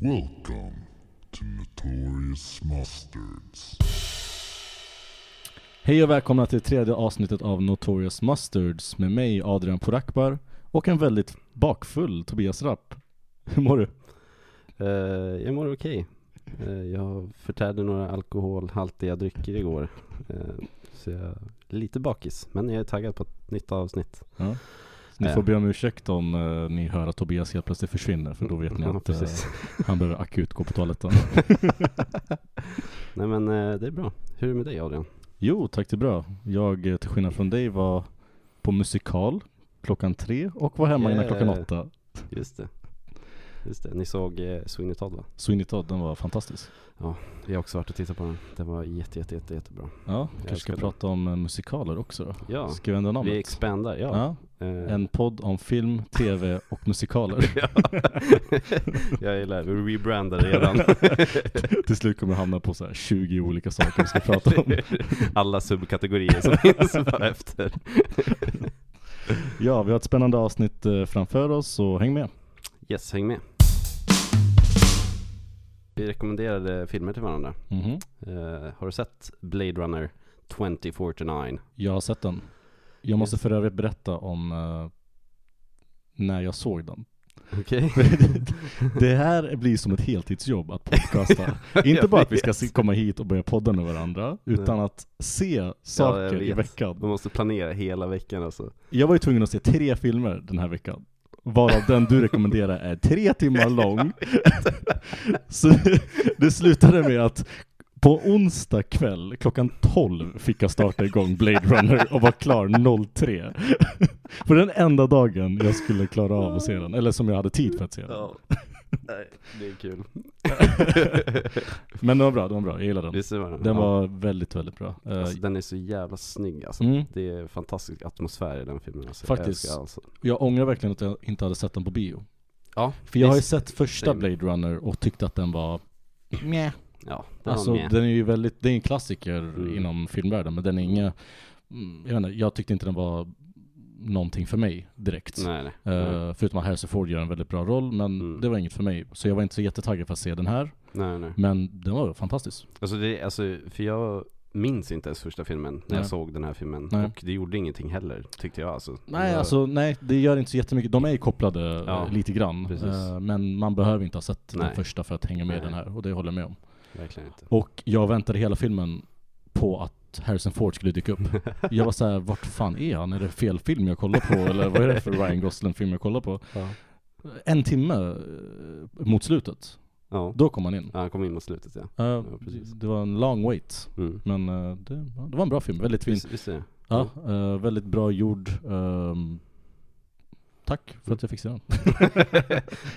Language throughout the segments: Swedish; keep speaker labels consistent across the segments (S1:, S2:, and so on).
S1: Welcome to Notorious Mustards.
S2: Hej och välkomna till tredje avsnittet av Notorious Mustards med mig Adrian Porakbar och en väldigt bakfull Tobias Rapp. Hur mår du?
S3: Eh, jag mår okej. Eh, jag förtärde några alkoholhaltiga drycker igår. Eh, så jag är lite bakis. Men jag är taggad på ett nytt avsnitt.
S2: Ni
S3: Eh.
S2: får be om ursäkt om eh, ni hör att Tobias helt plötsligt försvinner för då vet ni
S3: Ja,
S2: att eh,
S3: precis.
S2: han behöver akut gå på toaletten.
S3: Nej men eh, det är bra. Hur är det med dig Adrian?
S2: Jo, tack det är bra. Jag, eh, till skillnad från dig, var på musikal klockan tre och var hemma innan
S3: Yeah.
S2: klockan åtta.
S3: Just det. Just det. Ni såg eh, Sweeney Todd va?
S2: Så in i Todd, den var fantastisk.
S3: Vi har också varit och tittat på den. Den var jätte, jätte, jätte, jättebra.
S2: Ja, vi kanske
S3: älskar
S2: ska
S3: den.
S2: prata om eh, musikaler också då.
S3: Ja,
S2: Ska vi ändra namnet?
S3: vi expandar. Ja.
S2: ja.
S3: Eh,
S2: En podd om film, tv och musikaler.
S3: ja. jag gillar det. Vi rebrandar redan.
S2: Till slut kommer jag hamna på så här 20 olika saker vi ska prata om.
S3: Alla subkategorier som finns bara efter.
S2: Ja, vi har ett spännande avsnitt eh, framför oss, så häng med.
S3: Yes, häng med. Vi rekommenderade filmer till varandra.
S2: Mhm.
S3: Eh, har du sett Blade Runner 2049?
S2: Jag har sett den. Jag måste för övrigt berätta om eh, när jag såg den.
S3: Okej.
S2: Det här blir som ett heltidsjobb att podcasta. Inte
S3: jag
S2: bara att vi ska
S3: vet.
S2: se- komma hit och börja podda med varandra, utan att se saker i
S3: vet.
S2: veckan.
S3: Man måste planera hela veckan alltså.
S2: Jag var ju tvungen att se tre filmer den här veckan. Varav den du rekommenderar är tre timmar lång. Så det slutade med att på onsdag kväll klockan 12 fick jag starta igång Blade Runner och var klar 03. För den enda dagen jag skulle klara av att se den, eller som jag hade tid för att se den.
S3: Nej, det är kul.
S2: Men den var bra, den var bra, jag gillar den.
S3: Visst var den?
S2: Den
S3: Ja.
S2: var väldigt, väldigt bra. Eh,
S3: Alltså, den är så jävla snygg alltså.
S2: Mm.
S3: Det är fantastisk atmosfär i den filmen alltså.
S2: Faktiskt.
S3: Jag älskar alltså.
S2: Jag ångrar verkligen att jag inte hade sett den på bio.
S3: Ja,
S2: För jag har ju
S3: visst.
S2: sett första
S3: same.
S2: Blade Runner och tyckte att den var Mjäh.
S3: Ja, den
S2: Alltså
S3: var med.
S2: den är ju väldigt, det är en klassiker
S3: Mm.
S2: inom filmvärlden men den är inga, mm, jag vet inte, jag tyckte inte den var någonting för mig direkt.
S3: Nej, nej.
S2: Eh,
S3: nej.
S2: Förutom att Harrison Ford gör en väldigt bra roll men
S3: Mm.
S2: det var inget för mig. Så jag var inte så jättetaggad för att se den här.
S3: nej, nej.
S2: Men den var fantastisk.
S3: Alltså, det, alltså, för jag minns inte ens första filmen när
S2: Nej.
S3: jag såg den här filmen.
S2: Nej.
S3: Och det gjorde ingenting heller, tyckte jag alltså.
S2: Nej
S3: jag,
S2: alltså nej, det gör inte så jättemycket. De är ju kopplade eh,
S3: Ja,
S2: lite grann.
S3: precis.
S2: Eh, Men man behöver inte ha sett den
S3: Nej.
S2: första för att hänga med i
S3: Nej.
S2: den här och det håller jag med om.
S3: Verkligen inte.
S2: Och jag väntade hela filmen på att Harrison Ford skulle dyka upp. Jag var såhär, vart fan är han? Är det fel film jag kollar på? Eller vad är det för Ryan Gosling-film jag kollar på?
S3: Ja.
S2: En timme eh, mot slutet,
S3: Ja.
S2: då kom han in.
S3: ja, han kom in mot slutet ja.
S2: Eh,
S3: precis.
S2: det var en long wait.
S3: Mm.
S2: Men eh, det, ja, det var en bra film, väldigt fin.
S3: Visst, visst är det?
S2: Ja, eh, väldigt bra gjord. Ehm, tack för att jag fick se den.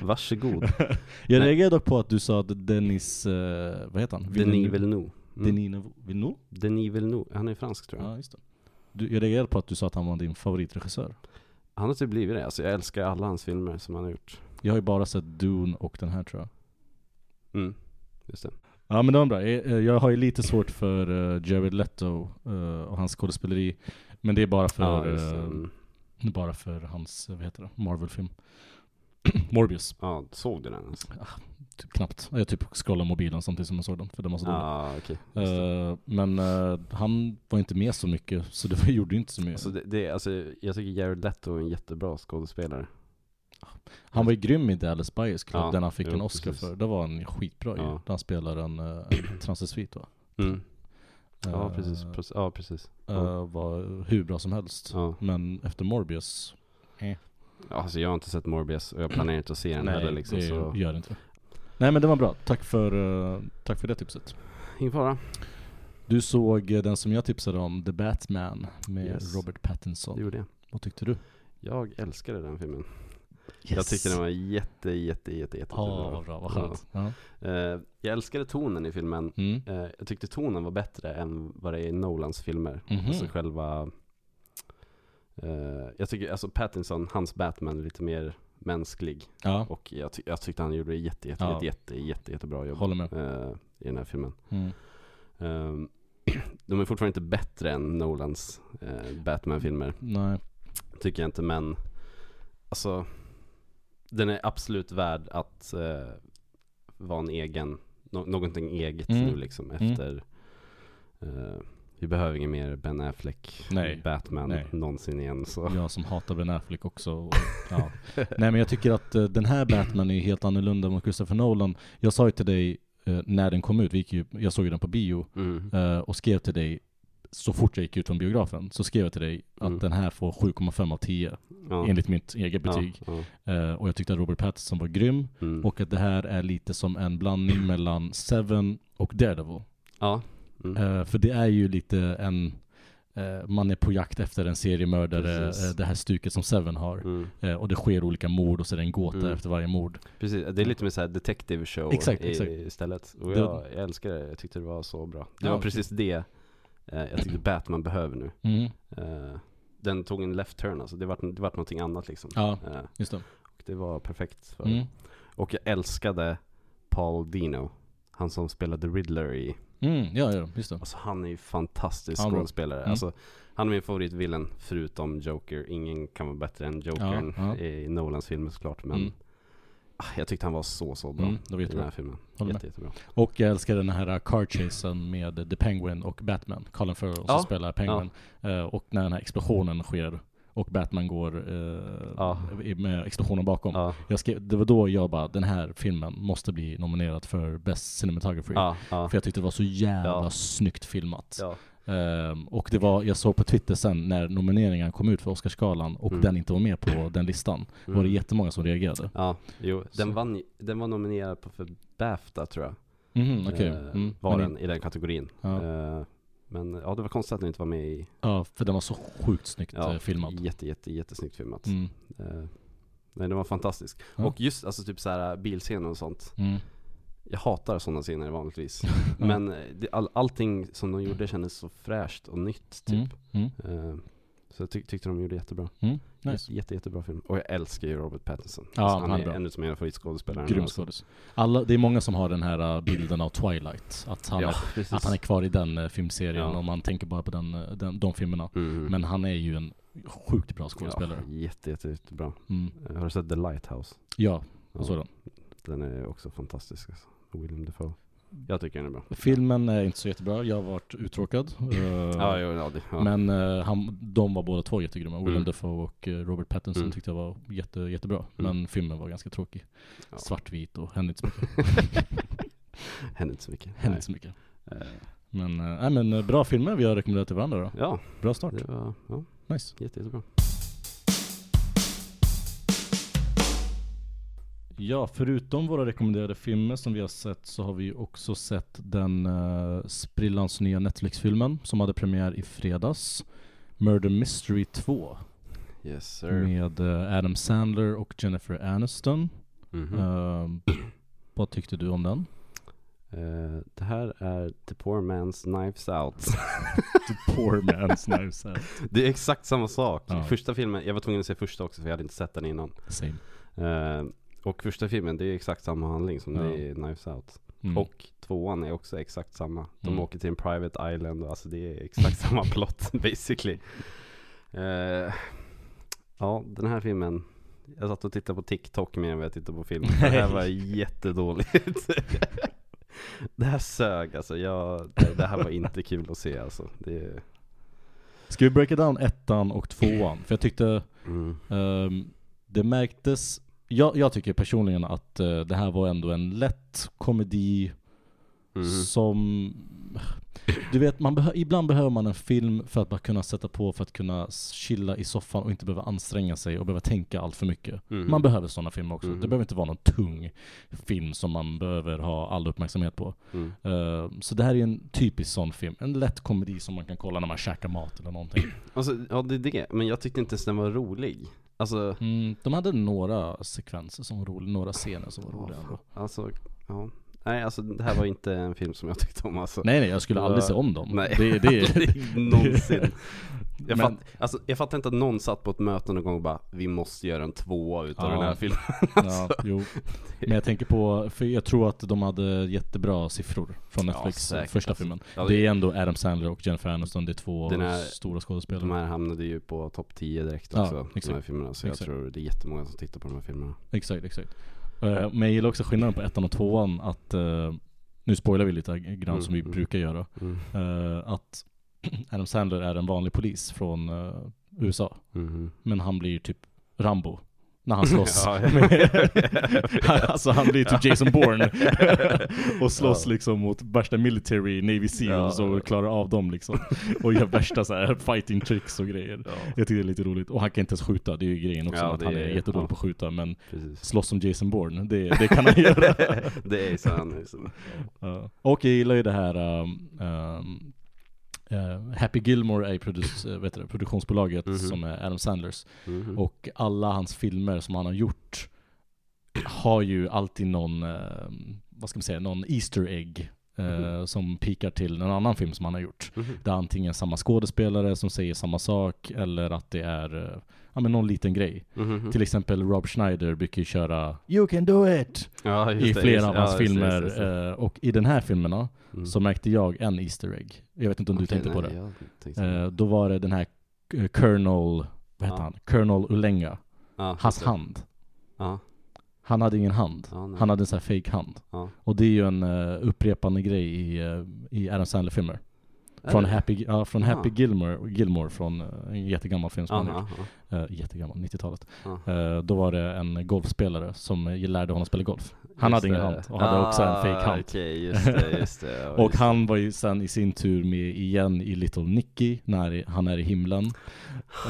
S3: Varsågod. Nej.
S2: Jag reagerade dock på att du sa att Dennis, eh, vad heter han?
S3: Denis Villeneuve. Mm.
S2: Denis Villeneuve?
S3: Denis Villeneuve, han är fransk tror jag.
S2: Ja, just det. Du, jag reagerade på att du sa att han var din favoritregissör.
S3: Han har typ blivit det. Alltså, jag älskar alla hans filmer som han har gjort.
S2: Jag har ju bara sett Dune och den här tror jag.
S3: Mm. Just det.
S2: Ja men det var bra. Eh, eh, Jag har ju lite svårt för eh, Jared Leto eh, och hans skådespeleri. Men det är bara för,
S3: ja, just det.
S2: eh,
S3: Mm.
S2: bara för hans, eh, vad heter det, Marvel-film. Morbius,
S3: ja, såg du den? Alltså?
S2: typ knappt. Jag typ scrollade mobilen samtidigt som jag såg den, för den var så dålig.
S3: Ja, okej. Just det.
S2: Eh, men eh, han var inte med så mycket, så det var- gjorde ju inte så mycket.
S3: Alltså, det, det, alltså, jag tycker Jared Leto är en jättebra skådespelare.
S2: han var ju grym i Dallas Buyers Club,
S3: Ja,
S2: den han fick
S3: jo,
S2: en Oscar
S3: precis.
S2: för. Det var han skitbra ju.
S3: Ja.
S2: Där han spelar en, eh, en transvestit va?
S3: Mm. Ja,
S2: Eh,
S3: precis. Proc- Ja, precis. Ja.
S2: eh, var hur bra som helst.
S3: Ja.
S2: Men efter Morbius,
S3: Ja, Alltså jag har inte sett Morbius och jag planerar inte att se den heller liksom
S2: det
S3: så
S2: gör det inte. Nej men det var bra, tack för, eh, tack för det tipset.
S3: Ingen fara
S2: Du såg eh, den som jag tipsade om, The Batman med
S3: Yes.
S2: Robert
S3: Det
S2: Pattinson.
S3: gjorde jag
S2: Vad tyckte du?
S3: Jag älskade den filmen
S2: Yes.
S3: Jag tyckte den var jätte, jätte, jätte, jätte
S2: Ja, vad bra, vad skönt. Ja.
S3: Eh, Jag älskade tonen i filmen
S2: Mm.
S3: Eh, Jag tyckte tonen var bättre än vad det är i Nolans filmer
S2: Mhm.
S3: Alltså själva eh, Jag tycker, alltså Pattinson, hans Batman är lite mer mänsklig
S2: ja,
S3: Och jag, ty- jag tyckte han gjorde ett jätte, jätte,
S2: Ja.
S3: jätte, jätte, jätte, jättebra jobb
S2: håller med.
S3: eh, I den här filmen
S2: Mm.
S3: Ehm, De är fortfarande inte bättre än Nolans eh, Batman-filmer,
S2: Nej.
S3: tycker jag inte, men alltså den är absolut värd att eh, vara en egen, nå- någonting eget
S2: Mm.
S3: nu liksom
S2: Mm.
S3: efter eh, Vi behöver ingen mer Ben Affleck,
S2: Nej.
S3: Batman
S2: Nej.
S3: någonsin igen så
S2: Jag som hatar Ben Affleck också. Och, ja. Nej men jag tycker att eh, den här Batman är ju helt annorlunda mot Christopher Nolan. Jag sa ju till dig eh, när den kom ut, vi gick ju, jag såg ju den på bio,
S3: mm.
S2: eh, och skrev till dig så fort jag gick ut från biografen, så skrev jag till dig att
S3: Mm.
S2: den här får 7,5 av 10
S3: ja.
S2: enligt mitt eget
S3: Ja,
S2: betyg.
S3: ja.
S2: Eh, och jag tyckte att Robert Pattinson var grym,
S3: Mm.
S2: och att det här är lite som en blandning mellan Seven och Daredevil.
S3: ja. Mm.
S2: Eh, för det är ju lite en, eh, man är på jakt efter en seriemördare,
S3: Precis.
S2: eh, det här stuket som Seven har.
S3: Mm.
S2: Eh, och det sker olika mord och så är det en gåta
S3: Mm.
S2: efter varje mord.
S3: Precis, det är lite mer såhär detective show
S2: Exakt,
S3: i,
S2: exakt.
S3: istället. Och
S2: Det-
S3: jag, jag älskar det, jag tyckte det var så bra. Det
S2: Ja,
S3: var precis det eh, jag tyckte Batman behöver nu.
S2: Mm.
S3: Eh, den tog en left turn alltså, det vart, det vart någonting annat liksom.
S2: Ja,
S3: Eh,
S2: just det.
S3: och det var perfekt för
S2: Mm.
S3: Och jag älskade Paul Dino. Han som spelade Riddler i,
S2: Mm, ja, ja, just det.
S3: alltså han är ju fantastisk
S2: Han var-
S3: skådespelare.
S2: Mm.
S3: Alltså, han är min favoritvillen förutom Joker. Ingen kan vara bättre än Jokern
S2: Ja, ja.
S3: i Nolans filmer såklart. Men
S2: Mm.
S3: ah, jag tyckte han var så, så bra
S2: Mm, det var
S3: i den
S2: jättebra.
S3: här filmen.
S2: Håller med.
S3: Jätte, jättebra.
S2: Och jag älskar den här car chasen med The Penguin och Batman. Colin Farrell som
S3: Ja,
S2: spelar Penguin. Eh, och när den här explosionen sker och Batman går eh,
S3: Ja.
S2: i- med explosionen bakom.
S3: Ja,
S2: Jag skrev, det var då jag bara, den här filmen måste bli nominerad för Best Cinematography.
S3: ja, ja.
S2: För jag tyckte det var så jävla
S3: Ja.
S2: snyggt filmat.
S3: ja.
S2: Ehm, och det var, jag såg på Twitter sen när nomineringen kom ut för Oscarsgalan och
S3: Mm.
S2: den inte var med på den listan,
S3: Mm.
S2: var det jättemånga som reagerade.
S3: Ja, jo.
S2: Så.
S3: Den, vann, ju- den var nominerad på för Bafta tror jag.
S2: Mhm, okej.
S3: Eh,
S2: Mm.
S3: Var
S2: Men-
S3: den i den kategorin.
S2: Ja.
S3: Eh, Men ja, det var konstigt att den inte var med i
S2: Ja, för den var så sjukt snyggt
S3: ja,
S2: eh, filmad.
S3: Jätte, jätte, jättesnyggt filmat.
S2: Mm.
S3: Eh, nej, den var fantastisk.
S2: Ja.
S3: Och just alltså typ så här bilscener och sånt.
S2: Mm.
S3: Jag hatar sådana scener vanligtvis.
S2: Ja.
S3: Men eh, det, all, allting som de gjorde kändes så fräscht och nytt typ.
S2: Mm. Mm.
S3: Eh, så jag ty- tyckte de gjorde jättebra.
S2: Mm.
S3: Nice.
S2: Nice.
S3: Jätte, jätte, jättebra film. Och jag älskar ju Robert Pattinson.
S2: Ja,
S3: alltså,
S2: han
S3: han
S2: är
S3: är
S2: bra.
S3: en av mina favoritskådespelare. Alltså,
S2: Grym skådis. Alla, det är många som har den här eh, bilden av Twilight, att han,
S3: Ja,
S2: är,
S3: precis.
S2: att han är kvar i den eh, filmserien
S3: Ja.
S2: om man tänker bara på den, eh, den, de filmerna.
S3: Mm.
S2: Men han är ju en sjukt bra skådespelare.
S3: Ja, jätte, jätte, jättebra.
S2: Mm.
S3: Eh, Har du sett The Lighthouse?
S2: Ja,
S3: Ja,
S2: jag såg den.
S3: Den är också fantastisk alltså. William Dafoe. Jag tycker den är bra.
S2: Filmen är inte så jättebra, jag har varit uttråkad. Eh,
S3: Ja, jo, ja, det, ja.
S2: Men eh, han, de var båda två jättegrymma. Willem
S3: Mm.
S2: Dafoe och eh, Robert Pattinson
S3: Mm.
S2: tyckte jag var jätte, jättebra. Men filmen var ganska tråkig.
S3: Ja.
S2: Svartvit och hände inte så mycket.
S3: Hände inte så mycket.
S2: hände inte så mycket.
S3: Nej. Eh,
S2: Men, eh, nej, men eh, bra filmer vi har rekommenderat till varandra då.
S3: Ja,
S2: Bra start.
S3: det var ja,
S2: Nice.
S3: jätte, jättebra.
S2: Ja, förutom våra rekommenderade filmer som vi har sett så har vi ju också sett den eh, sprillans nya Netflix-filmen som hade premiär i fredags. Murder Mystery 2
S3: Yes sir.
S2: med eh, Adam Sandler och Jennifer Aniston.
S3: Mhm.
S2: Ehm, vad tyckte du om den?
S3: Eh, det här är The Poor Man's Knives Out.
S2: The poor man's knives out.
S3: det är exakt samma sak.
S2: Ja.
S3: Första filmen, jag var tvungen att se första också för jag hade inte sett den innan.
S2: Same.
S3: Eh, och första filmen, det är exakt samma handling som
S2: Ja.
S3: det är Knives Out.
S2: Mm.
S3: Och tvåan är också exakt samma. De
S2: Mm.
S3: åker till en private island och alltså det är exakt samma plot basically. Eh, ja, den här filmen. Jag satt och tittade på TikTok mer än vad jag tittade på filmen. Det här var jättedåligt. det här sög alltså. Jag, det, det här var inte kul att se alltså. Det,
S2: Ska vi breaka down ettan och tvåan? För jag tyckte
S3: mm,
S2: ehm, det märktes, jag, jag tycker personligen att eh, det här var ändå en lätt komedi
S3: mm,
S2: som du vet, man behö- ibland behöver man en film för att bara kunna sätta på, för att kunna s- chilla i soffan och inte behöva anstränga sig och behöva tänka allt för mycket.
S3: mm.
S2: Man behöver sådana filmer också.
S3: Mhm.
S2: Det behöver inte vara någon tung film som man behöver ha all uppmärksamhet på.
S3: Mm.
S2: Eh, så det här är en typisk sån film. En lätt komedi som man kan kolla när man käkar mat eller någonting.
S3: Alltså, ja det är det. Men jag tyckte inte ens den var rolig. Alltså,
S2: Mm, de hade några sekvenser som var roliga, några scener som var roliga ändå.
S3: alltså, ja. Nej alltså det här var inte en film som jag tyckte om alltså.
S2: Nej nej, jag skulle aldrig se om dem.
S3: Nej,
S2: Det, det,
S3: aldrig någonsin. Jag,
S2: Men-
S3: fatt, alltså, jag fattar inte att någon satt på ett möte någon gång och bara Vi måste göra en tvåa utav
S2: Ja.
S3: den här filmen. alltså.
S2: ja, jo. Men jag tänker på, för jag tror att de hade jättebra siffror från
S3: Ja,
S2: Netflix, eh,
S3: säkert. Alltså,
S2: första filmen.
S3: Ja,
S2: Det är ändå Adam Sandler och Jennifer Aniston, det är två
S3: Den här-
S2: stora
S3: De
S2: skådespelare.
S3: här hamnade ju på topp 10 direkt
S2: Ja,
S3: också, de här
S2: exakt.
S3: filmerna. Så jag
S2: Exakt.
S3: tror det är jättemånga som tittar på de här filmerna.
S2: Exakt, exakt. Eh, Men jag gillar också skillnaden på ettan och tvåan att, eh, nu spoilar vi lite grann som vi
S3: Mm.
S2: brukar göra,
S3: Mm.
S2: eh, att Adam Sandler är en vanlig polis från eh, USA.
S3: Mhm.
S2: Men han blir ju typ Rambo när han slåss.
S3: Ja, ja.
S2: Med- alltså han blir typ Jason Bourne och slåss liksom mot värsta military, Navy Seals
S3: Ja.
S2: och klarar av dem liksom. Och gör värsta så här fighting tricks och grejer. Jag tycker det är lite roligt. Och han kan inte ens skjuta, det är ju grejen också.
S3: Ja,
S2: att
S3: det
S2: han är
S3: är-
S2: jättedålig
S3: ja.
S2: på att skjuta men
S3: Precis.
S2: slåss som Jason Bourne, det, det kan han göra.
S3: det är så han liksom.
S2: Ja. Och jag gillar ju det här um, um, eh, Happy Gilmore är ju produ- eh, vet du, det, produktionsbolaget
S3: Mhm.
S2: som är Adam Sandlers.
S3: Mhm.
S2: Och alla hans filmer som han har gjort har ju alltid någon, eh, vad ska man säga, någon Easter egg eh,
S3: Mhm.
S2: som pikar till en annan film som han har gjort.
S3: Mhm.
S2: Det är antingen samma skådespelare som säger samma sak eller att det är eh, ja, men någon liten grej.
S3: Mhm.
S2: Till exempel Rob Schneider brukar ju köra ”You can do it”
S3: ja,
S2: i
S3: just det,
S2: flera
S3: just
S2: av
S3: det.
S2: hans
S3: Ja, just det,
S2: filmer.
S3: just det, just det.
S2: eh, Och i den här filmerna
S3: Mm.
S2: så märkte jag en Easter egg. Jag vet inte om du
S3: Okej,
S2: tänkte på
S3: nej,
S2: det.
S3: jag tänkte-
S2: Eh, Då var det den här eh, Colonel, vad heter
S3: Ja.
S2: han? Colonel Ulenga.
S3: Ja,
S2: Hans
S3: just det.
S2: hand.
S3: Ja,
S2: Han hade ingen hand.
S3: ja, nej.
S2: Han hade en sån här fake hand.
S3: Ja.
S2: Och det är ju en eh, upprepande grej i, eh, i Adam Sandler-filmer.
S3: Är
S2: Från,
S3: det?
S2: Happy, ja, från
S3: Ah.
S2: Happy Gilmore, Gilmore från eh, en jättegammal film som han gjort.
S3: Ja, ja,
S2: Eh, Jättegammal, 90-talet.
S3: ja.
S2: Eh, Då var det en golfspelare som eh, lärde honom spela golf. Han
S3: Just
S2: hade ingen
S3: det. Ah,
S2: hand och hade också en fake hand.
S3: Okej, just det, just det. Ja,
S2: Och
S3: just
S2: han var ju sen i sin tur med igen i Little Nicky när han är i himlen eh,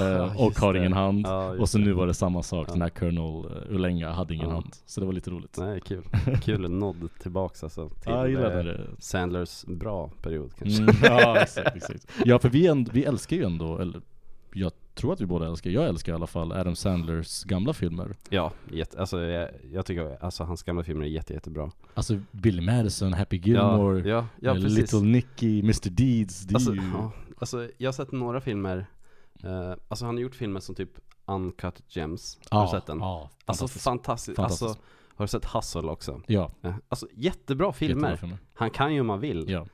S3: Ja,
S2: och
S3: Ah, just
S2: har
S3: det.
S2: ingen hand.
S3: Ja, just
S2: och så
S3: det.
S2: nu var det samma sak
S3: Ja.
S2: när Colonel eh, Ulenga hade ingen
S3: Ja.
S2: hand. Så det var lite roligt.
S3: Nej, kul. Kul nod tillbaks alltså till
S2: Ja, jag gillar
S3: eh,
S2: när det.
S3: Sandlers bra period kanske.
S2: Mm, ja, exakt, exakt. Ja, för vi, änd- vi älskar ju ändå, eller jag tror att vi båda älskar, jag älskar i alla fall Adam Sandlers gamla filmer.
S3: Ja, jätte, alltså jag, jag tycker alltså hans gamla filmer är jätte, jättebra.
S2: Alltså Billy Madison, Happy Gilmore,
S3: ja, ja, ja,
S2: eh,
S3: precis.
S2: Little Nicky, Mr Deeds. Det är
S3: Alltså,
S2: ju...
S3: ja, alltså jag har sett några filmer, eh, alltså han har gjort filmer som typ Uncut Gems, har du
S2: Ja,
S3: sett den?
S2: Ja,
S3: alltså
S2: fantastiskt.
S3: fantastiskt, alltså
S2: Fantastisk.
S3: har du sett Hustle också?
S2: ja,
S3: Eh, Alltså jättebra filmer,
S2: jättebra filmer.
S3: han kan ju om han vill,
S2: Ja.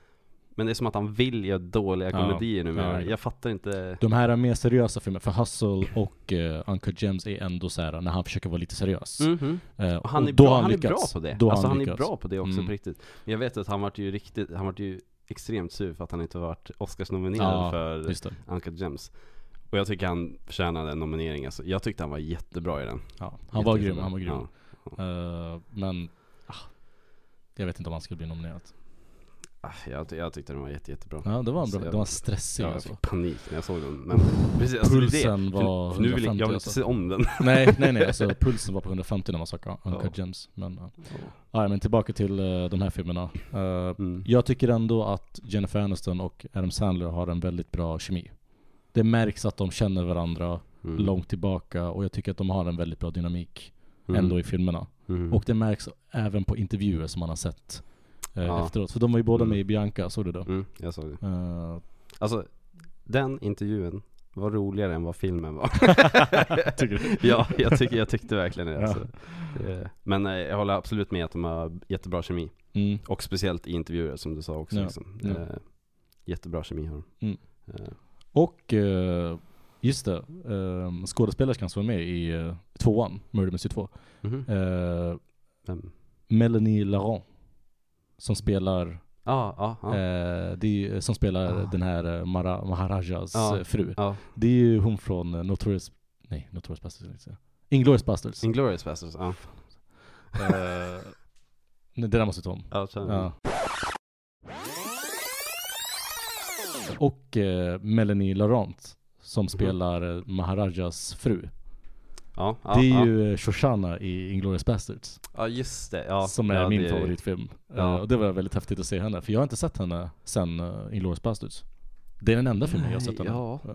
S3: men det är som att han vill göra dåliga
S2: Ja,
S3: komedier nu
S2: ja, ja.
S3: jag fattar inte
S2: De här mer seriösa filmerna, för Hustle och uh, Uncle James är ändå så här när han försöker vara lite seriös.
S3: Mhm.
S2: Eh,
S3: Och han, är
S2: då
S3: bra,
S2: har
S3: han, är bra
S2: lyckats.
S3: på det.
S2: Då har
S3: alltså han, är
S2: lyckats.
S3: bra på det också
S2: Mm.
S3: på riktigt. Men jag vet att han vart ju riktigt, han vart ju extremt sur för att han inte varit Oscars-nominerad
S2: Ja,
S3: för
S2: Just det.
S3: Uncle Gems. Och jag tycker han förtjänade en nominering alltså. Jag tyckte han var jättebra i den.
S2: Ja, han var grym,
S3: Jättejättebra.
S2: han var grym.
S3: Ja.
S2: Eh, men, ah, jag vet inte om han skulle bli nominerad.
S3: Ah, Jag, ty- jag tyckte den var jätte, jättebra.
S2: Ja, det var en bra,
S3: Så
S2: det
S3: jag-
S2: var en stressig
S3: Ja, jag
S2: alltså.
S3: fick panik när jag såg den. Men precis, alltså det är det.
S2: Pulsen var
S3: För nu vill jag,
S2: 150
S3: jag vill inte
S2: alltså.
S3: se om den.
S2: Nej, nej, nej, alltså pulsen var på 150 när man söker Uncle
S3: Ja.
S2: James. Men, uh. ja, men tillbaka till eh, de här filmerna. Eh,
S3: Mm.
S2: Jag tycker ändå att Jennifer Aniston och Adam Sandler har en väldigt bra kemi. Det märks att de känner varandra
S3: Mm.
S2: långt tillbaka och jag tycker att de har en väldigt bra dynamik
S3: Mm.
S2: ändå i filmerna.
S3: Mm.
S2: Och det märks även på intervjuer som man har sett eh,
S3: Ja.
S2: efteråt. För de var ju båda
S3: Mm.
S2: med i Bianca, såg du det?
S3: Mm, jag såg det.
S2: Eh,
S3: Alltså, den intervjun var roligare än vad filmen var.
S2: Tycker du?
S3: Ja, jag, tycker, jag tyckte verkligen det.
S2: Ja.
S3: Alltså. Det- Men eh, jag håller absolut med att de har jättebra kemi.
S2: Mm.
S3: Och speciellt i intervjuer som du sa också.
S2: Ja,
S3: Liksom.
S2: ja.
S3: Eh, Jättebra kemi har de.
S2: Mm.
S3: Eh,
S2: Och eh, just det, eh, skådespelerskan som var med i eh, tvåan, Murder Mystery 2.
S3: mhm.
S2: Eh,
S3: Vem?
S2: Melanie Laurent. Som spelar,
S3: Ja, ja, ja.
S2: eh, det är, ju- som spelar
S3: Ah.
S2: den här eh, Mara, Maharajas
S3: Ja.
S2: eh, fru.
S3: ja.
S2: Det är ju hon från eh, Notorious, nej Notorious Basterds vill jag inte säga. Inglourious Basterds.
S3: Inglourious Basterds, ja.
S2: Eh,
S3: Mm.
S2: nej, det där måste vi ta om.
S3: Ja, så är det.
S2: Ja. Och eh, Melanie Laurent
S3: Mhm.
S2: som spelar eh, Maharajas fru.
S3: ja, ja,
S2: det är
S3: ja.
S2: ju eh, Shoshana i Inglourious Basterds.
S3: ja, just det. Ja,
S2: som är
S3: ja,
S2: min
S3: det-
S2: favoritfilm.
S3: Ja.
S2: Eh, och det var väldigt häftigt att se henne, för jag har inte sett henne sen uh, Inglourious Basterds. Det är den enda filmen jag har sett
S3: Nej,
S2: henne.
S3: ja.
S2: Eh,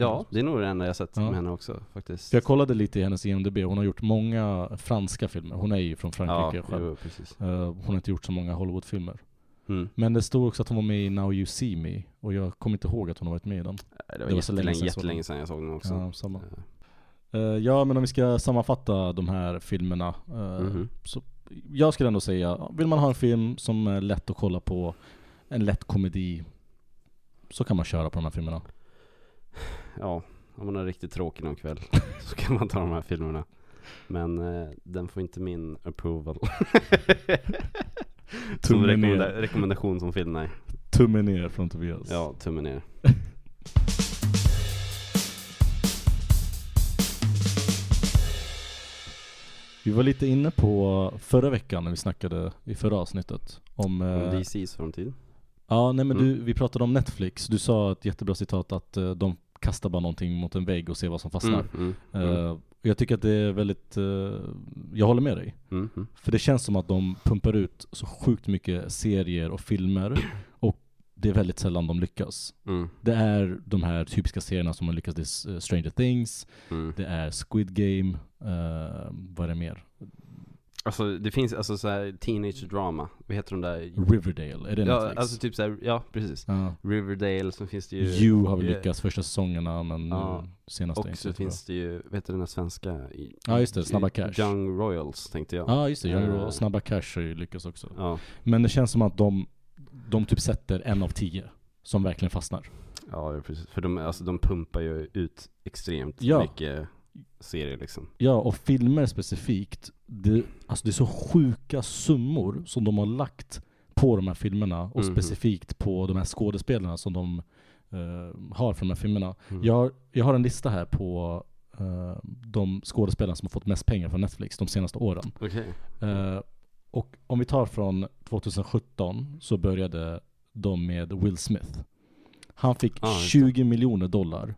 S3: Ja, det är nog det enda jag sett
S2: Ja.
S3: med henne också faktiskt.
S2: för jag kollade lite i hennes IMDB, hon har gjort många franska filmer. Hon är ju från Frankrike
S3: ja,
S2: själv.
S3: Jo, precis.
S2: Eh, hon har inte gjort så många Hollywoodfilmer.
S3: Mm.
S2: Men det stod också att hon var med i Now You See Me, och jag kommer inte ihåg att hon har varit med i den.
S3: Det var, det var jättelänge,
S2: sedan jag såg
S3: jättelänge
S2: den.
S3: sedan jag såg den också.
S2: Ja, samma.
S3: Eh,
S2: Eh, ja, men om vi ska sammanfatta de här filmerna. eh,
S3: mhm.
S2: jag skulle ändå säga, vill man ha en film som är lätt att kolla på, en lätt komedi, så kan man köra på de här filmerna.
S3: Ja, om man är riktigt tråkig någon kväll så kan man ta de här filmerna. Men eh, den får inte min approval. som
S2: Tummen ner.
S3: rekommenda- rekommendation som film, nej.
S2: Tummen ner från Tobias.
S3: Ja, tummen ner.
S2: Vi var lite inne på förra veckan när vi snackade i förra avsnittet om...
S3: Om
S2: eh,
S3: DCs framtid.
S2: ja, nej men
S3: Mm.
S2: du, vi pratade om Netflix. Du sa ett jättebra citat att eh, de kastar bara någonting mot en vägg och ser vad som fastnar.
S3: Mm, mm, mm,
S2: Eh, jag tycker att det är väldigt, eh, jag håller med dig.
S3: mm, mm.
S2: För det känns som att de pumpar ut så sjukt mycket serier och filmer och det är väldigt sällan de lyckas.
S3: Mm,
S2: Det är de här typiska serierna som har lyckats, det är S- eh, Stranger Things,
S3: mm.
S2: det är Squid Game, eh, vad är det mer?
S3: Alltså det finns alltså så här teenage drama, vad heter de där?
S2: Riverdale, är det
S3: Ja,
S2: Netflix?
S3: alltså typ så här, ja precis.
S2: Ja.
S3: Riverdale, så finns det ju
S2: You har väl
S3: eh,
S2: lyckats första säsongerna men
S3: Ja.
S2: eh, senaste
S3: Och så
S2: jättebra.
S3: finns det ju, vad heter den där svenska? I-
S2: Ja, just det, Snabba Cash.
S3: Young Royals tänkte jag.
S2: Ja just det, Young
S3: Eh.
S2: Ro- Snabba Cash har ju lyckats också.
S3: Ja,
S2: Men det känns som att de, de typ sätter en av tio som verkligen fastnar.
S3: ja, ja, precis. För de, alltså, de pumpar ju ut extremt
S2: Ja.
S3: mycket serier liksom.
S2: Ja, och filmer specifikt, det, alltså det är så sjuka summor som de har lagt på de här filmerna och
S3: Mhm.
S2: specifikt på de här skådespelarna som de eh, har från de här filmerna.
S3: Mm.
S2: Jag, har- jag har en lista här på eh, de skådespelarna som har fått mest pengar från Netflix de senaste åren.
S3: Okej.
S2: Eh, och om vi tar från 2017 så började de med Will Smith. Han fick
S3: Ah, just det.
S2: 20 miljoner dollar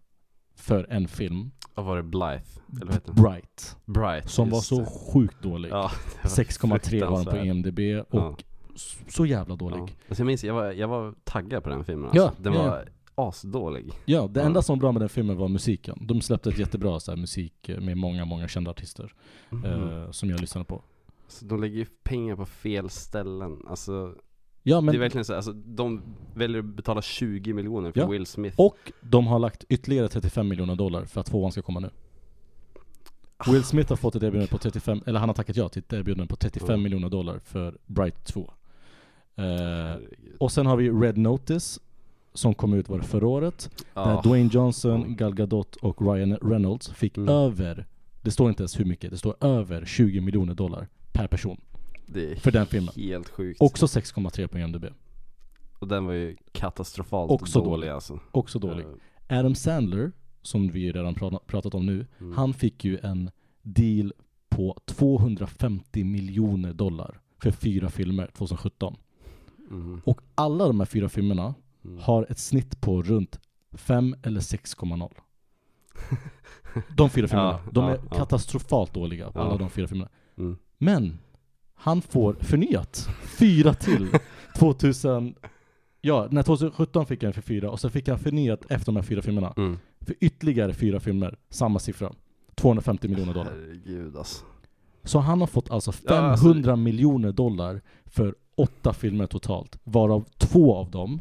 S2: för en film,
S3: Ja, var det Blythe? Eller vad heter den?
S2: Bright,
S3: Bright.
S2: som var
S3: just
S2: så
S3: det.
S2: sjukt dålig.
S3: Ja, det var
S2: 6,3 har han på E
S3: fruktansvärt.
S2: EMDB och
S3: Ja.
S2: s- så jävla dålig.
S3: Ja. Alltså jag minns, jag var, jag var taggad på den filmen
S2: Ja,
S3: alltså. Den
S2: ja,
S3: var asdålig.
S2: Ja, det
S3: Ja.
S2: enda som var bra med den filmen var musiken. De släppte ett jättebra så här, musik eh, med många, många kända artister eh, som jag lyssnade på.
S3: Mm. Så de lägger ju pengar på fel ställen. Alltså,
S2: Ja,
S3: det
S2: men,
S3: är verkligen så, här, alltså, de väljer att betala 20 miljoner för
S2: Ja.
S3: Will Smith.
S2: och de har lagt ytterligare 35 miljoner dollar för att tvåan ska komma nu.
S3: Ah.
S2: Will Smith har fått ett erbjudande på 35, eller han har tackat ja till ett erbjudande på 35
S3: Mm.
S2: miljoner dollar för Bright 2. Eh,
S3: Herregud.
S2: och sen har vi Red Notice, som kom ut var det förra året. Där
S3: Ja.
S2: Dwayne Johnson, Gal Gadot och Ryan Reynolds fick
S3: Mm.
S2: över, det står inte ens hur mycket, det står över 20 miljoner dollar per person.
S3: Det är
S2: för den filmen.
S3: Helt sjukt.
S2: Också 6,3 på IMDB.
S3: och den var ju katastrofalt
S2: Också
S3: dålig,
S2: dålig.
S3: alltså.
S2: Också dålig.
S3: Eh,
S2: Adam Sandler, som vi redan pra- pratat om nu,
S3: Mm.
S2: han fick ju en deal på 250 miljoner dollar för fyra filmer 2017.
S3: mhm,
S2: Och alla de här fyra filmerna
S3: mm.
S2: har ett snitt på runt 5 eller 6,0. De fyra filmerna.
S3: Ja,
S2: de
S3: ja,
S2: är
S3: ja.
S2: katastrofalt dåliga,
S3: Ja.
S2: alla de fyra filmerna.
S3: Mm.
S2: Men han får förnyat. Fyra till. 2000... Ja, när 2017 fick han för fyra och sen fick han förnyat efter de här fyra filmerna.
S3: Mm.
S2: För ytterligare fyra filmer, samma siffra. 250 miljoner dollar.
S3: Herregud alltså.
S2: Så han har fått alltså
S3: Ja,
S2: 500
S3: alltså-
S2: miljoner dollar för åtta filmer totalt. Varav två av dem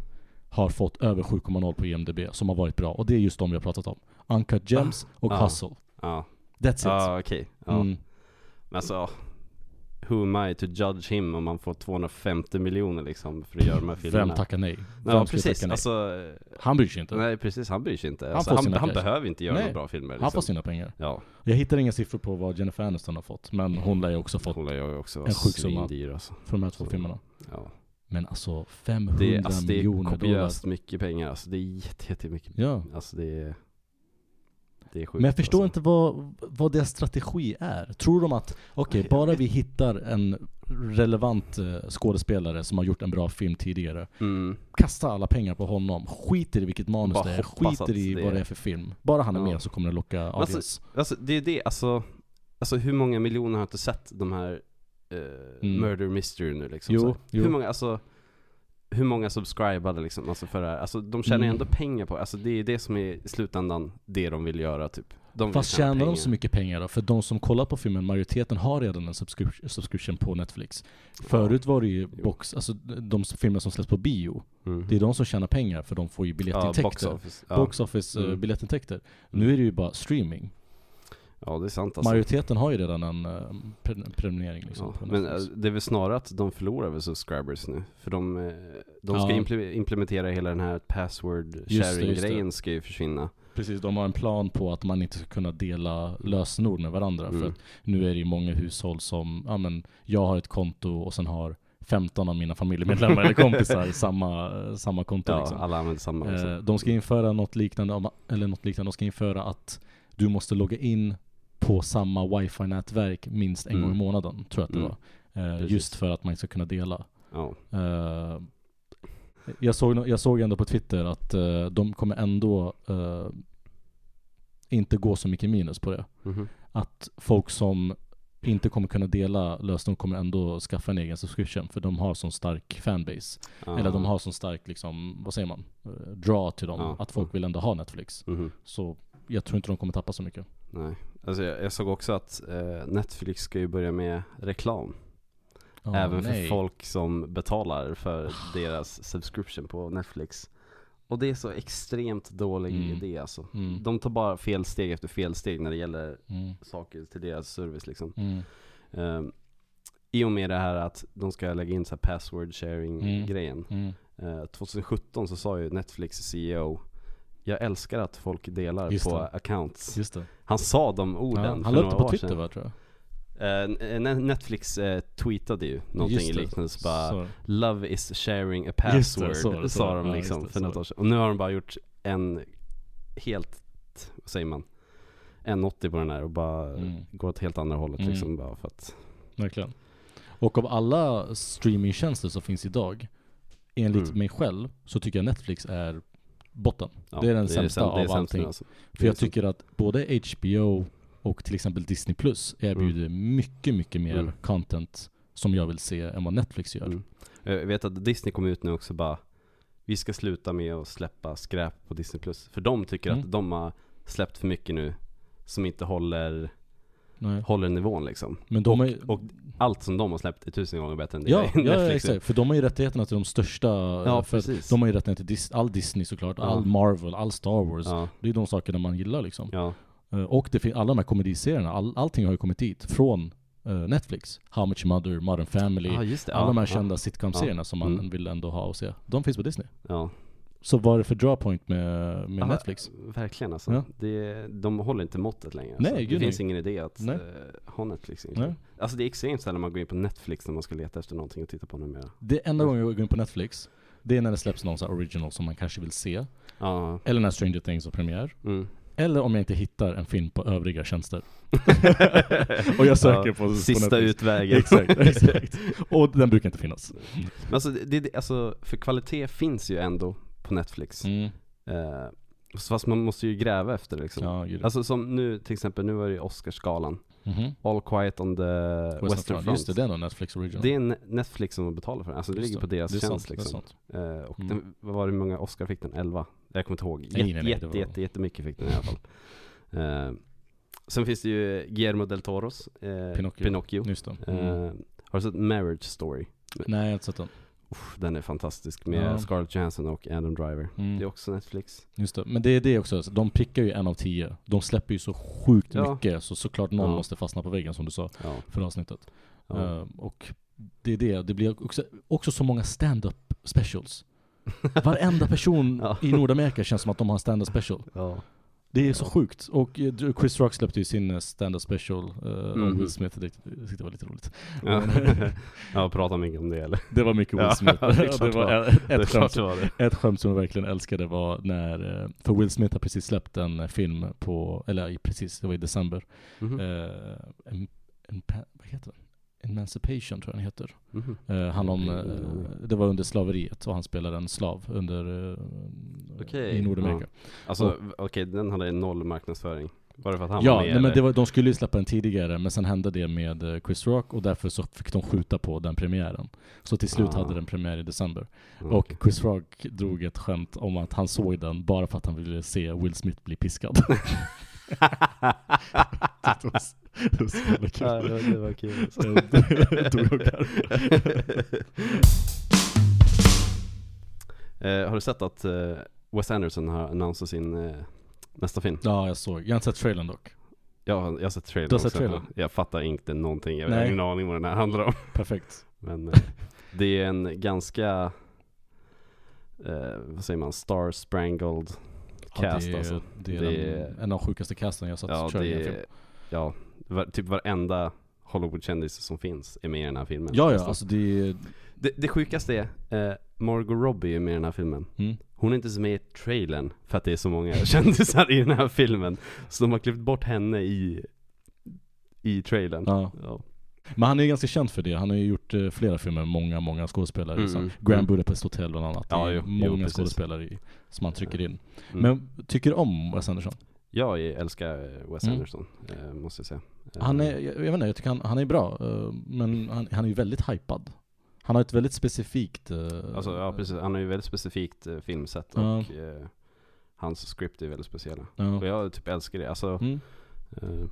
S2: har fått över 7,0 på IMDB som har varit bra. Och det är just de vi har pratat om. Uncut Gems och
S3: Ah.
S2: Hustle.
S3: Ja,
S2: That's it.
S3: ja okej. Ja.
S2: Mm.
S3: Men alltså, ja. who am I to judge him om man får 250 miljoner liksom för att göra de här filmerna?
S2: Vem tackar nej? Vem
S3: Ja
S2: skulle
S3: precis,
S2: tacka nej?
S3: alltså,
S2: Han bryr sig inte.
S3: nej precis han bryr sig inte. Han,
S2: Han
S3: alltså,
S2: får
S3: han,
S2: sina
S3: han
S2: cash.
S3: behöver inte göra
S2: Nej.
S3: några bra filmer liksom.
S2: Han får sina pengar.
S3: Ja,
S2: Jag hittar inga siffror på vad Jennifer Aniston har fått, men hon lär ju också fått
S3: hon lär ju också vara
S2: En sjuk summa.
S3: svindyr alltså.
S2: från de här två
S3: Så-
S2: filmerna.
S3: Ja.
S2: Men alltså 500
S3: Det är, alltså, det är
S2: miljoner dollar.
S3: kopiöst mycket pengar alltså, det är jätte, jättemycket.
S2: Ja.
S3: Alltså det är, det är sjukt.
S2: Men jag förstår
S3: alltså.
S2: inte vad, vad deras strategi är. Tror de att, okej,
S3: Nej, jag
S2: bara
S3: vet-
S2: vi hittar en relevant eh, skådespelare som har gjort en bra film tidigare,
S3: Mm.
S2: kasta alla pengar på honom, skiter i vilket manus
S3: Bara
S2: det är,
S3: hoppas
S2: skiter
S3: att
S2: i
S3: det
S2: vad
S3: är-
S2: det är för film. Bara han är
S3: Ja.
S2: med så kommer det locka
S3: alltså,
S2: audience.
S3: Alltså det är det, alltså, alltså hur många miljoner har inte sett de här eh, murder mystery nu liksom?
S2: Mm.
S3: så
S2: Jo,
S3: här?
S2: jo.
S3: Hur många, alltså hur många subscribade liksom, alltså för det här? Alltså de tjänar ju
S2: Mm.
S3: ändå pengar på det. alltså det är det som är i slutändan det de vill göra typ. De vill
S2: Fast
S3: tjäna
S2: tjänar de
S3: pengar.
S2: så mycket pengar då? För de som kollar på filmen, majoriteten har redan en subscrip- subscription på Netflix. Förut var det ju box, alltså de s- filmer som släpps på bio,
S3: Mm.
S2: det är de som tjänar pengar för de får ju
S3: ja,
S2: biljettintäkter.
S3: box office. Ja.
S2: Box office, eh,
S3: Mm.
S2: biljettintäkter. Nu är det ju bara streaming.
S3: ja, det är sant alltså.
S2: Majoriteten har ju redan en eh, pre- prenumerering liksom
S3: Ja,
S2: på
S3: men
S2: Netflix.
S3: eh, det är väl snarare att de förlorar väl subscribers nu. För de, eh, de ska
S2: Ja.
S3: imple- implementera hela den här password
S2: Just det, just det.
S3: sharing-grejen ska ju försvinna.
S2: Precis, de har en plan på att man inte ska kunna dela lösenord med varandra. För
S3: Mm.
S2: att nu är det ju många hushåll som, ja men jag har ett konto och sen har 15 av mina familjemedlemmar eller kompisar samma, samma konto
S3: Ja,
S2: liksom.
S3: alla använder samma också.
S2: Eh, De ska införa något liknande, om- eller något liknande, de ska införa att du måste logga in på samma wifi-nätverk minst en
S3: Mm.
S2: gång i månaden, tror jag att det
S3: Mm.
S2: var. Eh,
S3: Precis.
S2: Just för att man inte ska kunna dela.
S3: Ja.
S2: Eh, jag, såg, nå- jag såg ändå på Twitter att eh, de kommer ändå eh, inte gå så mycket minus på det.
S3: Mhm.
S2: Att folk som inte kommer kunna dela lösenord kommer ändå skaffa en egen subscription för de har sån stark fanbase.
S3: Ja.
S2: Eller de har sån stark, liksom, vad säger man, Eh, draw till dem.
S3: Ja.
S2: Att folk vill ändå ha Netflix.
S3: Mhm.
S2: Så jag tror inte de kommer tappa så mycket.
S3: Nej. Alltså jag, jag såg också att eh, Netflix ska ju börja med reklam.
S2: Ja,
S3: även
S2: Ah, nej. Ah.
S3: för folk som betalar för deras subscription på Netflix. Och det är så extremt dålig
S2: Mm.
S3: idé alltså.
S2: Mm.
S3: De tar bara fel steg efter fel steg när det gäller
S2: Mm.
S3: saker till deras service liksom.
S2: Mm.
S3: Ehm, I och med det här att de ska lägga in så här password sharing
S2: Mm.
S3: grejen.
S2: Mm.
S3: Eh, 2017 så sa ju Netflix CEO Jag älskar att folk delar
S2: Just
S3: på
S2: det.
S3: accounts.
S2: Just det.
S3: Han sa de
S2: Ja,
S3: orden
S2: han
S3: för
S2: la upp det
S3: några
S2: på
S3: år
S2: Twitter
S3: sedan.
S2: va, tror
S3: Eh,
S2: jag.
S3: n- n- Netflix eh, tweetade ju någonting
S2: Just det.
S3: liknande så bara
S2: Så-
S3: Love is sharing a
S2: Just det,
S3: password
S2: så var det, så
S3: sa
S2: var det.
S3: de
S2: Ja,
S3: liksom
S2: just det,
S3: för
S2: så
S3: något
S2: var
S3: år sedan. Och nu har de bara gjort en helt, vad säger man? En 80 på den här och bara
S2: Mm.
S3: går åt helt andra hållet
S2: Mm.
S3: liksom bara för att
S2: Verkligen. Och av alla streamingtjänster som finns idag, enligt
S3: Mm.
S2: mig själv, så tycker jag Netflix är botten.
S3: ja,
S2: Det är den sämsta
S3: säm-
S2: av allting.
S3: nu, alltså. Det
S2: För
S3: är
S2: jag
S3: så.
S2: tycker att både HBO och till exempel Disney Plus erbjuder mycket, mycket mer
S3: Mm.
S2: content som jag vill se än vad Netflix gör.
S3: Mm. Jag vet att Disney kom ut nu också bara Vi ska sluta med att släppa skräp på Disney Plus För de tycker
S2: Mm.
S3: att de har släppt för mycket nu Som inte håller,
S2: Nej.
S3: håller nivån liksom
S2: Men de
S3: och,
S2: är,
S3: och allt som de har släppt är tusen gånger bättre än det
S2: ja, ja,
S3: nu.
S2: exakt. För de har ju rättigheterna till de största,
S3: Ja,
S2: för
S3: precis.
S2: de har ju rättigheterna till Dis- all Disney såklart,
S3: Ja.
S2: all Marvel, all Star Wars.
S3: Ja,
S2: Det är de sakerna man gillar liksom.
S3: ja,
S2: Eh, Och det fin- alla de här komediserierna, all, allting har ju kommit dit från eh, Netflix. How much mother, Modern family,
S3: Ah, ja just det
S2: alla
S3: ja,
S2: de här
S3: ja,
S2: kända sitcom-serierna som man
S3: Mm.
S2: vill ändå ha och se. De finns på Disney.
S3: ja.
S2: Så vad är det för drawpoint med, med
S3: Ja,
S2: Netflix?
S3: Verkligen alltså
S2: Ja.
S3: det, De håller inte måttet längre
S2: Nej,
S3: alltså. Det
S2: gud,
S3: finns ingen idé att
S2: Nej.
S3: eh, ha Netflix
S2: Nej.
S3: egentligen. Alltså det är extremt sällan man går in på Netflix när man ska leta efter någonting att titta på numera
S2: Det enda gången jag går in på Netflix, det är när det släpps någon sån här original som man kanske vill se.
S3: Ja,
S2: Eller när Stranger Things har premiär.
S3: mm.
S2: Eller om jag inte hittar en film på övriga tjänster. och jag söker
S3: Ja,
S2: på, på
S3: Sista
S2: Netflix.
S3: utvägen.
S2: Exakt, exakt. Och den brukar inte finnas.
S3: Men alltså, det, det, alltså, för kvalitet finns ju ändå på Netflix.
S2: Mm.
S3: Eh, fast man måste ju gräva efter det liksom.
S2: Ja, gud.
S3: Alltså som nu till exempel, nu är det Oscarsgalan.
S2: Mhm.
S3: All Quiet on the Western, Front.
S2: Just det, det är nog Netflix original.
S3: Det är Ne- Netflix som betalar för den, alltså det
S2: Just
S3: ligger på deras
S2: det är
S3: tjänst
S2: sant, Det är
S3: liksom.
S2: sant.
S3: Eh, och
S2: Mm.
S3: den, vad var det, hur många Oscar fick den? 11? Jag kommer inte ihåg. Jätte,
S2: Nej, nej, nej, det
S3: jätte,
S2: var-
S3: jätte, jättemycket fick den i alla fall. Eh, sen finns det ju Guillermo del Toros, eh,
S2: Pinocchio.
S3: Pinocchio.
S2: Just det.
S3: Eh,
S2: Mm.
S3: har du sett Marriage Story?
S2: Nej, jag har inte sett den.
S3: Uff, den är fantastisk med
S2: Ja.
S3: Scarlett Johansson och Adam Driver. Det är
S2: Mm.
S3: också Netflix.
S2: Just det. Men det är det också, så de prickar ju en av tio. De släpper ju så sjukt
S3: Ja.
S2: mycket, så såklart någon
S3: Ja.
S2: måste fastna på väggen som du sa
S3: Ja.
S2: förra avsnittet.
S3: Ja.
S2: Eh, och det är det, det blir också, också så många stand-up specials. Varenda person
S3: Ja.
S2: i Nordamerika känns som att de har en stand-up special.
S3: Ja.
S2: Det är så sjukt. Och eh, Chris Rock släppte ju sin eh, stand-up special eh, om
S3: Mhm.
S2: Will Smith, det jag tyckte det var lite roligt.
S3: Ja. prata mycket om det eller?
S2: Det var mycket Will
S3: Ja,
S2: Smith.
S3: det är
S2: det,
S3: klart det
S2: var
S3: var.
S2: ett,
S3: Det är
S2: ett skämt
S3: klart det var det.
S2: Ett skämt som jag verkligen älskade var när, eh, för Will Smith har precis släppt en eh, film på, eller i- precis, det var i december.
S3: Mhm.
S2: Mm. Eh, en, en, pa- vad heter den? Emancipation tror jag den heter.
S3: Mhm.
S2: Eh, han om,
S3: Jag har ingen
S2: eh, det var under slaveriet och han spelade en slav under, eh,
S3: Okej,
S2: i Nordamerika.
S3: Alltså
S2: Och-
S3: v- okej, den hade noll marknadsföring. Var det för att han
S2: Ja,
S3: var med
S2: nej, men
S3: eller?
S2: det var, de skulle ju släppa den tidigare men sen hände det med eh, Chris Rock och därför så fick de skjuta på den premiären. Så till slut
S3: Ah.
S2: hade den premiär i december.
S3: Ja,
S2: Och
S3: okej.
S2: Chris Rock drog ett skämt om att han såg den bara för att han ville se Will Smith bli piskad. det var så- det var så jävla kul.
S3: Ja, det var- det var kul. alltså.
S2: Jag dog av
S3: Eh, har du sett att eh, Wes Anderson har annonsat sin eh, nästa film?
S2: Ja, jag såg. Jag har inte sett trailern dock.
S3: Jag har, jag har sett trailern
S2: Du har sett
S3: också.
S2: trailern?
S3: Ja, Jag fattar inte någonting. Jag
S2: Nej.
S3: har ingen aning vad den här handlar om.
S2: Perfekt.
S3: Men eh, det är en ganska, eh, vad säger man, star sprangled cast
S2: det är,
S3: alltså.
S2: det är,
S3: Det
S2: den,
S3: är-
S2: en av de sjukaste casten jag sett
S3: Ja,
S2: köra i en
S3: det
S2: film.
S3: är, ja, var, typ varenda Hollywood-kändis som finns är med i den här filmen.
S2: Ja, ja,
S3: nästan.
S2: alltså det är...
S3: det, det sjukaste är, eh, Margot Robbie är med i den här filmen.
S2: Mm.
S3: Hon är inte ens med i trailern för att det är så många kändisar i den här filmen. Så de har klippt bort henne i, i trailern.
S2: Ja.
S3: Ja.
S2: Men han är ganska känd för det. Han har ju gjort eh, flera filmer med många, många skådespelare.
S3: Mm,
S2: Liksom.
S3: mm.
S2: Grand Budapest Hotel bland annat. Det
S3: Ja,
S2: är
S3: jo, jo,
S2: många
S3: precis.
S2: skådespelare i, som han trycker in.
S3: Mm.
S2: Men tycker du om Wes Anderson?
S3: Jag älskar eh, Wes
S2: Mm.
S3: Anderson, eh, måste jag säga. Eh,
S2: Han är, jag, jag vet inte, jag tycker han, han är bra. eh, men han, han är ju väldigt hypad. Han har ett väldigt specifikt... eh,
S3: Alltså, ja, precis. Han har ju väldigt specifikt eh, filmsätt och
S2: Ja.
S3: eh, hans script är väldigt speciella.
S2: ja.
S3: Och jag typ älskar det. Alltså,
S2: Mm.
S3: eh,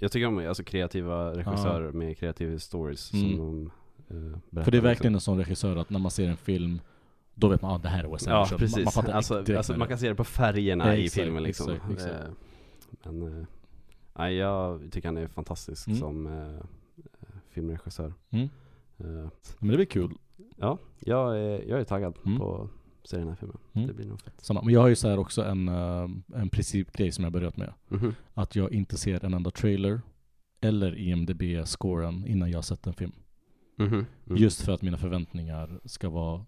S3: jag tycker om alltså, kreativa regissörer med kreativa stories
S2: Mm.
S3: som de eh, berättar.
S2: För det är
S3: liksom.
S2: verkligen en sån regissör att när man ser en film, då vet man att ah, det här är Wes
S3: Ja
S2: Anderson.
S3: precis,
S2: Man, man fattar
S3: alltså,
S2: direkt
S3: alltså,
S2: när
S3: man
S2: det är.
S3: kan se det på färgerna
S2: Ja,
S3: i
S2: exakt,
S3: filmen liksom
S2: exakt, exakt.
S3: Eh, Men, eh, nej jag tycker han är fantastisk
S2: Mm.
S3: som eh, filmregissör
S2: Mm.
S3: Eh,
S2: Men det blir kul.
S3: Ja, jag är, jag är taggad
S2: Mm.
S3: på att se den här filmen
S2: Mm.
S3: Det blir nog fett
S2: Samma. Men jag har ju så här också en, eh, en principgrej som jag börjat med.
S3: Mhm.
S2: att jag inte ser en enda trailer eller IMDB-scoren innan jag har sett en film.
S3: Mhm. Mm.
S2: Just för att mina förväntningar ska vara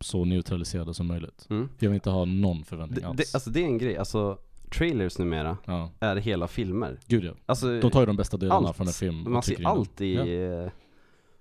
S2: så neutraliserade som möjligt.
S3: mm.
S2: Jag vill inte ha någon förväntning
S3: det,
S2: alls.
S3: det, Alltså det är en grej, alltså trailers numera
S2: ja.
S3: är hela filmer
S2: Gud ja.
S3: Alltså
S2: De tar ju de bästa delarna
S3: allt.
S2: från en film. och
S3: Man
S2: trycker
S3: ser
S2: in dem.
S3: allt i...
S2: Ja.
S3: eh,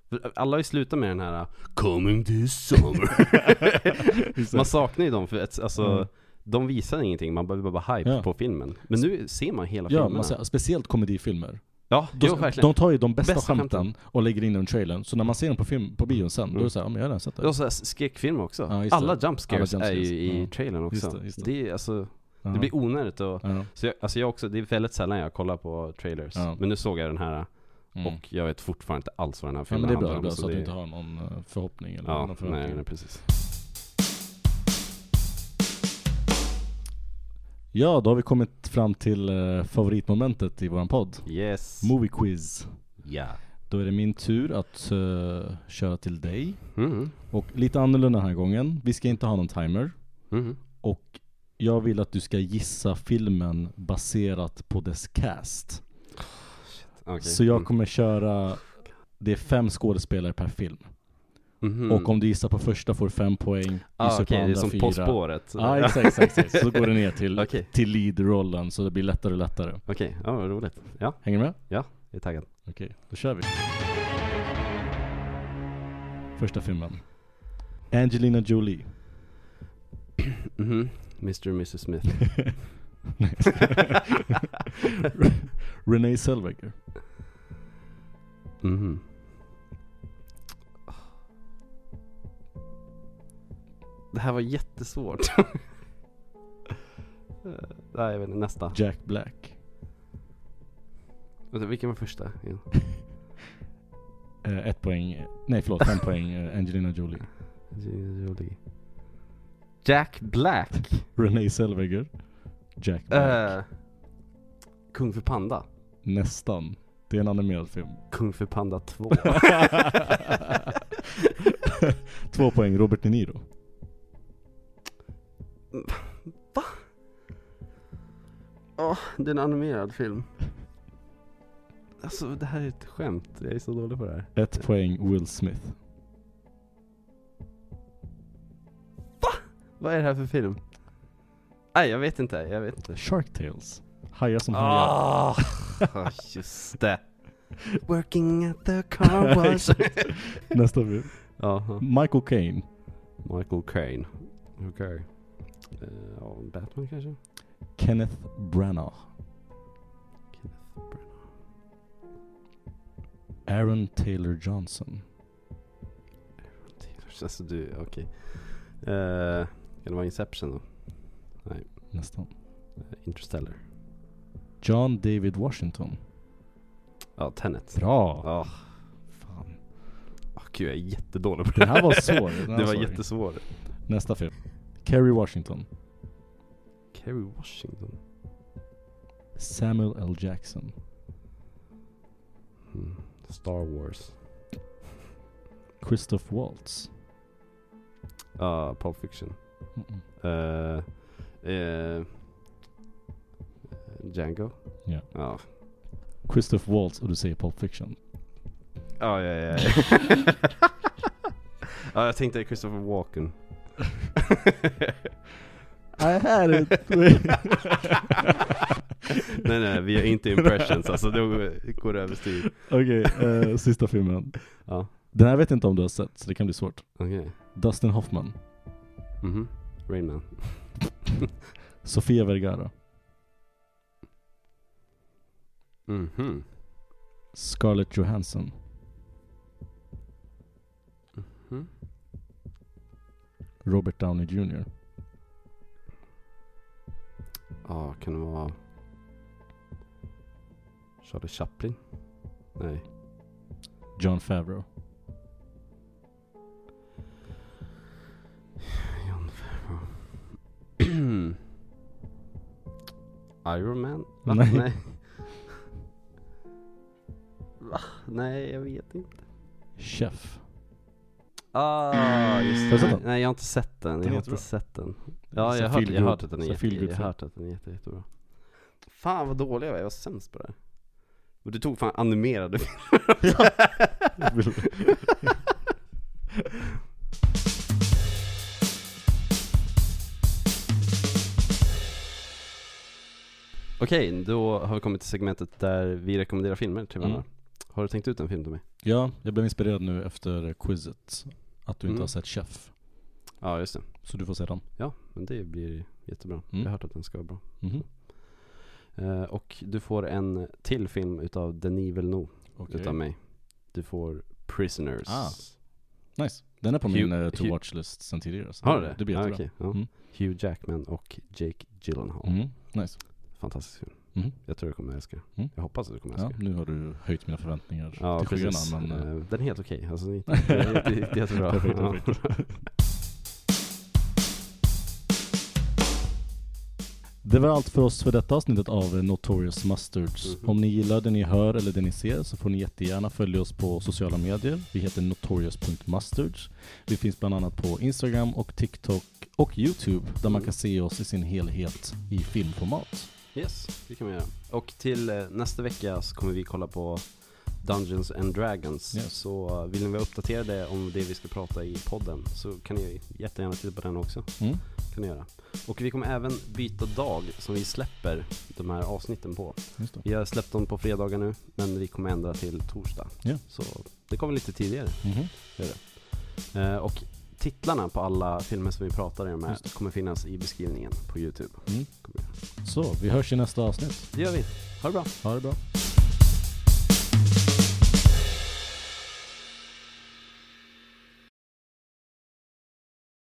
S3: för Alla har ju slutat med den här eh, 'Coming this summer' Man saknar ju dem för att, alltså,
S2: Mm.
S3: de visar ingenting, man behöver bara vara hype
S2: Ja.
S3: på filmen Men nu ser man hela
S2: Ja,
S3: filmerna
S2: man ser, speciellt komedifilmer.
S3: Ja,
S2: De,
S3: jo, verkligen
S2: de tar ju de bästa,
S3: Bästa
S2: skämten
S3: skämten.
S2: och lägger in dem i trailern. Så när man ser dem på, film, på bion sen, då är det såhär, ja men jag har redan sett det.
S3: Och så här skräckfilm också,
S2: Ja, just det.
S3: alla jump scares
S2: Alla jump
S3: är ju
S2: scares,
S3: i
S2: ja.
S3: trailern också
S2: Just det, just det.
S3: det. är alltså,
S2: Ja.
S3: det blir onödigt och,
S2: ja. Mm.
S3: så jag, alltså jag också, det är väldigt sällan jag kollar på trailers
S2: Ja.
S3: Men nu såg jag den här
S2: Mm.
S3: och jag vet fortfarande inte alls vad den här
S2: ja,
S3: filmen
S2: men det är bra,
S3: handlar om
S2: det är bra så att
S3: det-
S2: du inte har någon eh, förhoppning eller
S3: Ja,
S2: någon
S3: nej,
S2: förväntning.
S3: nej precis
S2: Ja, då har vi kommit fram till eh, favoritmomentet i våran podd.
S3: Yes
S2: Movie quiz.
S3: Ja
S2: Då är det min tur att eh, köra till dig.
S3: mm.
S2: Och lite annorlunda den här gången. Vi ska inte ha någon timer.
S3: Mm.
S2: Och jag vill att du ska gissa filmen baserat på dess cast.
S3: Okej.
S2: Så jag
S3: Mm.
S2: kommer köra, det är fem skådespelare per film.
S3: Mhm.
S2: Och om du gissar på första får du fem poäng, gissar
S3: ah,
S2: du
S3: okej,
S2: på
S3: det är
S2: andra
S3: som På
S2: fyra.
S3: spåret
S2: Ja ah, exakt, exakt, exakt. Så går det ner till,
S3: Okej.
S2: till lead-rollen så det blir lättare och lättare.
S3: Okej, ja vad roligt Ja,
S2: Hänger du med?
S3: jag är taggad
S2: Okej, då kör vi. Första filmen. Angelina Jolie.
S3: Mhm. Mr och Mrs Smith
S2: Nej. Renee Zellweger.
S3: Mhm. Det här var jättesvårt Eh, Nej jag vet inte, nästa
S2: Jack Black.
S3: Vänta, Vilken var första? igen?
S2: Eh, ett poäng. Nej förlåt, fem poäng. eh, Angelina Jolie.
S3: Angelina Jolie. Jack Black
S2: Renee Zellweger. Jack Black.
S3: Eh, Kung för Panda
S2: Nästan. Det är en animerad film.
S3: Kung för Panda 2
S2: Två poäng. Robert De Niro.
S3: Ja, det är en animerad film. Alltså det här är ett skämt, jag är så dålig på det här.
S2: Ett poäng. Will Smith.
S3: Vad är det här för film? Nej jag vet inte, jag vet inte.
S2: Shark Tales. Hajar som hajar.
S3: Ah, just det. Working at the car wash.
S2: Nästa film.
S3: Jaha.
S2: Michael Caine.
S3: Michael Caine. Okej. Eh, ja, Batman kanske?
S2: Kenneth Branagh.
S3: Kenneth Branagh.
S2: Aaron Taylor Johnson.
S3: Taylor. Alltså du, okej. Eh, kan det vara Inception då?
S2: Nästan.
S3: Eh, Interstellar.
S2: John David Washington.
S3: Ja, Tenet.
S2: Bra!
S3: Ja,
S2: Fan.
S3: Åh, gud jag är jättedålig på det
S2: Den här var svår. Den här
S3: Det var
S2: svår.
S3: jättesvår.
S2: Nästa film. Kerry Washington.
S3: Kerry Washington.
S2: Samuel L. Jackson.
S3: Mm. Star Wars.
S2: Christoph Waltz.
S3: Ja, Pulp Fiction.
S2: Mm-mm.
S3: Eh, Eh, Django?
S2: Ja.
S3: Ja.
S2: Christoph Waltz och du säger Pulp Fiction.
S3: Ja, ja, ja. ja, jag tänkte Christopher Walken.
S2: Nej, här är
S3: Nej, nej, vi är inte impressions alltså. Då går det överstyr.
S2: Okej, eh, sista filmen.
S3: Ja.
S2: Den här vet jag inte om du har sett, så det kan bli svårt.
S3: Okej.
S2: Dustin Hoffman,
S3: Mhm. Rain Man.
S2: Sofia Vergara,
S3: Mhm.
S2: Scarlett Johansson,
S3: Mhm.
S2: Robert Downey Jr.
S3: Ja, kan det vara... Charlie Chaplin? Nej.
S2: John Favreau.
S3: John Favreau. Iron Man? Va?
S2: Nej.
S3: Nej. Va? Nej, jag vet inte.
S2: Chef.
S3: Ah, just
S2: Har du
S3: det.
S2: sett
S3: Nej,
S2: den?
S3: nej, jag har inte sett den. Jag har inte
S2: jättebra.
S3: sett den. Ja,
S2: Så
S3: jag har hört,
S2: feel
S3: jag har
S2: good-
S3: hört att den är,
S2: så
S3: jätte,
S2: feel good
S3: jag har
S2: film.
S3: hört att den är jätte, jättebra. Fan vad dålig jag var, jag var sämst på det här. Och du tog fan animerade filmer. Okej, då har vi kommit till segmentet där vi rekommenderar filmer till varandra.
S2: Mm.
S3: Har du tänkt ut en film till mig?
S2: Ja, jag blev inspirerad nu efter quizet. Att du inte
S3: Mm.
S2: har sett Chef.
S3: Ja, just det.
S2: Så du får se den.
S3: Ja, men det blir jättebra.
S2: Mm.
S3: Jag har hört att den ska vara bra.
S2: Mhm.
S3: Eh, och du får en till film utav Denis Villeneuve
S2: Okej.
S3: utav mig. Du får Prisoners.
S2: Ah. Nice. Den är på
S3: Hugh-
S2: min eh, to
S3: Hugh-
S2: watch list sen tidigare. Så
S3: Har du det?
S2: Det blir
S3: ah,
S2: jättebra.
S3: okej, ja.
S2: Mm.
S3: Hugh Jackman och Jake Gyllenhaal.
S2: Mm. Nice.
S3: Fantastisk film.
S2: Mhm.
S3: Jag tror du kommer älska den.
S2: Mm.
S3: Jag hoppas att du kommer
S2: Ja,
S3: älska den.
S2: nu har du höjt mina förväntningar
S3: Ja,
S2: till
S3: precis.
S2: skyarna. Men, eh,
S3: Eh, den är helt okej. Alltså, det är inte- det är inte- det är jättebra.
S2: Perfekt,
S3: Ja.
S2: perfekt. Det var allt för oss för detta avsnittet av Notorious Mustards.
S3: Mhm.
S2: Om ni gillar det ni hör eller det ni ser så får ni jättegärna följa oss på sociala medier. Vi heter notorious.mustards. Vi finns bland annat på Instagram och TikTok och YouTube där man
S3: Mm.
S2: kan se oss i sin helhet i filmformat.
S3: Yes, det kan vi göra. Och till eh, nästa vecka så kommer vi kolla på Dungeons and Dragons.
S2: Yes.
S3: Så eh, vill ni vara uppdaterade om det vi ska prata i podden så kan ni jättegärna titta på den också.
S2: Mm.
S3: Kan ni göra. Och vi kommer även byta dag som vi släpper de här avsnitten på.
S2: Just det.
S3: Vi har släppt dem på fredagar nu, men vi kommer ändra till torsdag.
S2: Ja.
S3: Så det kommer lite tidigare.
S2: Mhm.
S3: Eh, och titlarna på alla filmer som vi pratar om här
S2: Just det.
S3: kommer finnas i beskrivningen på Youtube.
S2: Mm.
S3: Kommer.
S2: Så, vi hörs i nästa avsnitt.
S3: Det gör vi. Ha det bra.
S2: Ha det bra.